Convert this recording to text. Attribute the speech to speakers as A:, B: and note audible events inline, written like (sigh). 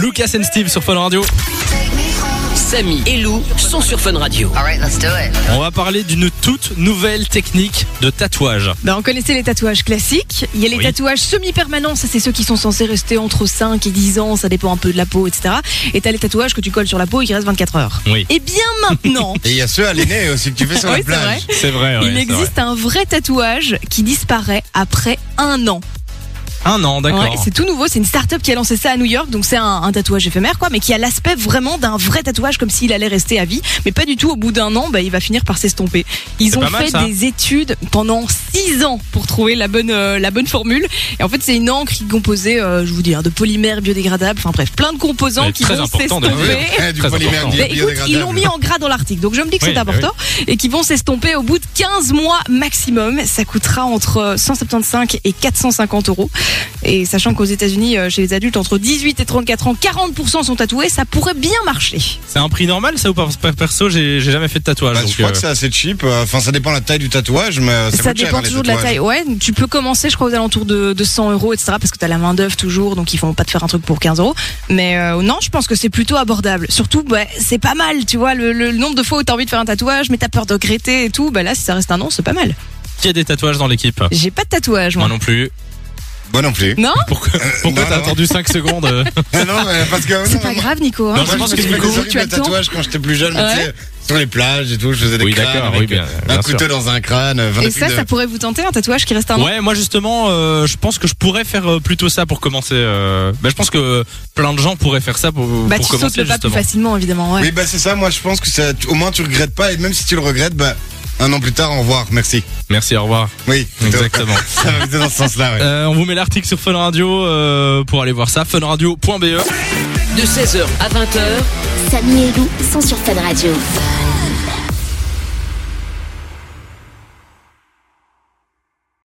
A: Lucas and Steve sur Fun Radio.
B: Samy et Lou sont sur Fun Radio.
C: Alright, let's do it.
A: On va parler d'une toute nouvelle technique de tatouage.
D: Ben, on connaissait les tatouages classiques. Il y a les
A: Oui.
D: tatouages semi-permanents, ça c'est ceux qui sont censés rester entre 5 et 10 ans, ça dépend un peu de la peau, etc. Et t'as les tatouages que tu colles sur la peau et qui restent 24 heures.
A: Oui.
D: Et bien maintenant,
E: (laughs) Et il y a ceux à l'aîné aussi que tu fais sur
D: Oui,
E: la
D: c'est vrai.
E: plage.
A: C'est vrai, ouais,
D: il
A: c'est
D: existe un vrai tatouage qui disparaît après un an.
A: vrai. Un an, d'accord.
D: Ouais, c'est tout nouveau, c'est une start-up qui a lancé ça à New York, donc c'est un, un tatouage éphémère quoi, mais qui a l'aspect vraiment d'un vrai tatouage comme s'il allait rester à vie, mais pas du tout au bout d'un an, bah, il va finir par s'estomper.
A: C'est
D: Ils ont
A: pas mal,
D: fait
A: ça.
D: des études pendant 6 ans pour trouver la bonne euh, la bonne formule et en fait, c'est une encre qui est composée euh, je vous dis hein, de polymères biodégradables, enfin bref, plein de composants
A: Mais
D: qui
A: très
D: vont
A: important de
D: s'estomper.
A: le
E: Oui, eh, du
A: Très
E: polymère
A: important.
D: Mais écoute, ils l'ont
E: biodégradable.
D: mis en gras dans l'article, donc je me dis que
A: Oui,
D: c'est
A: bah
D: important et qui vont s'estomper au bout de 15 mois maximum. Ça coûtera entre 175 et 450 euros. Et sachant qu'aux États-Unis, euh, chez les adultes entre 18 et 34 ans, 40% sont tatoués, ça pourrait bien marcher.
A: C'est un prix normal, ça ou pas Parce que Perso, j'ai j'ai jamais fait de tatouage.
E: Bah,
A: donc,
E: je crois
A: euh,
E: que c'est assez cheap. Enfin, ça dépend de la taille du tatouage, mais ça,
D: Ça,
E: coûte cher,
D: dépend
E: hein, les
D: toujours de la
E: tatouages.
D: taille. Ouais, tu peux commencer, je crois, aux alentours de, de 100 euros, etc. Parce que t'as la main d'œuvre toujours, donc ils vont pas te faire un truc pour 15 euros. Mais euh, non, je pense que c'est plutôt abordable. Surtout, bah, c'est pas mal, tu vois, le, le nombre de fois où t'as envie de faire un tatouage, mais t'as peur de regretter et tout. Bah là, si ça reste un an, c'est pas mal.
A: Qui a des tatouages dans l'équipe
D: J'ai pas de tatouage,
A: Moi
D: moi.
A: non plus.
E: Moi non
D: (laughs)
E: plus.
D: Non
A: Pourquoi, pourquoi
E: non,
A: t'as
E: non.
A: attendu (laughs) 5 secondes euh
E: Ah (laughs) non, mais parce que.
D: C'est
E: non,
D: pas
E: moi-
D: grave, Nico. hein.
A: Non,
E: Moi, je pense que
D: Parce
E: je
D: que
E: fais
D: Nico,
E: des horribles
D: tu as le temps.
E: tatouages quand j'étais plus jeune, mais
D: Ouais.
E: tu sais, sur les plages et tout, je faisais des
A: Oui,
E: crânes
A: d'accord,
E: avec,
A: oui, bien-
E: euh,
A: bien
E: un
A: sûr.
E: couteau dans un crâne. enfin,
D: Et
E: des
D: ça,
E: trucs
D: ça
E: de-
D: pourrait vous tenter un tatouage qui reste un an.
A: Ouais, moi justement, euh, je pense que je pourrais faire euh, plutôt ça pour commencer. euh, bah, je pense que plein de gens pourraient faire ça pour,
D: Bah,
A: pour
D: tu sautes
A: commencer
D: le pas plus
A: justement.
D: facilement, évidemment. Ouais.
E: Oui, bah c'est ça, moi je pense que ça, tu- au moins tu regrettes pas, et même si tu le regrettes, bah un an plus tard, au revoir, merci.
A: Merci, au revoir.
E: Oui,
A: (laughs) Exactement.
E: (laughs) ça va plutôt dans ce sens-là, ouais.
A: Euh, on vous met l'article sur Fun Radio euh, pour aller voir ça. E. Funradio.be.
B: De 16h à 20h,
F: Samy et Lou sont sur Fan Radio.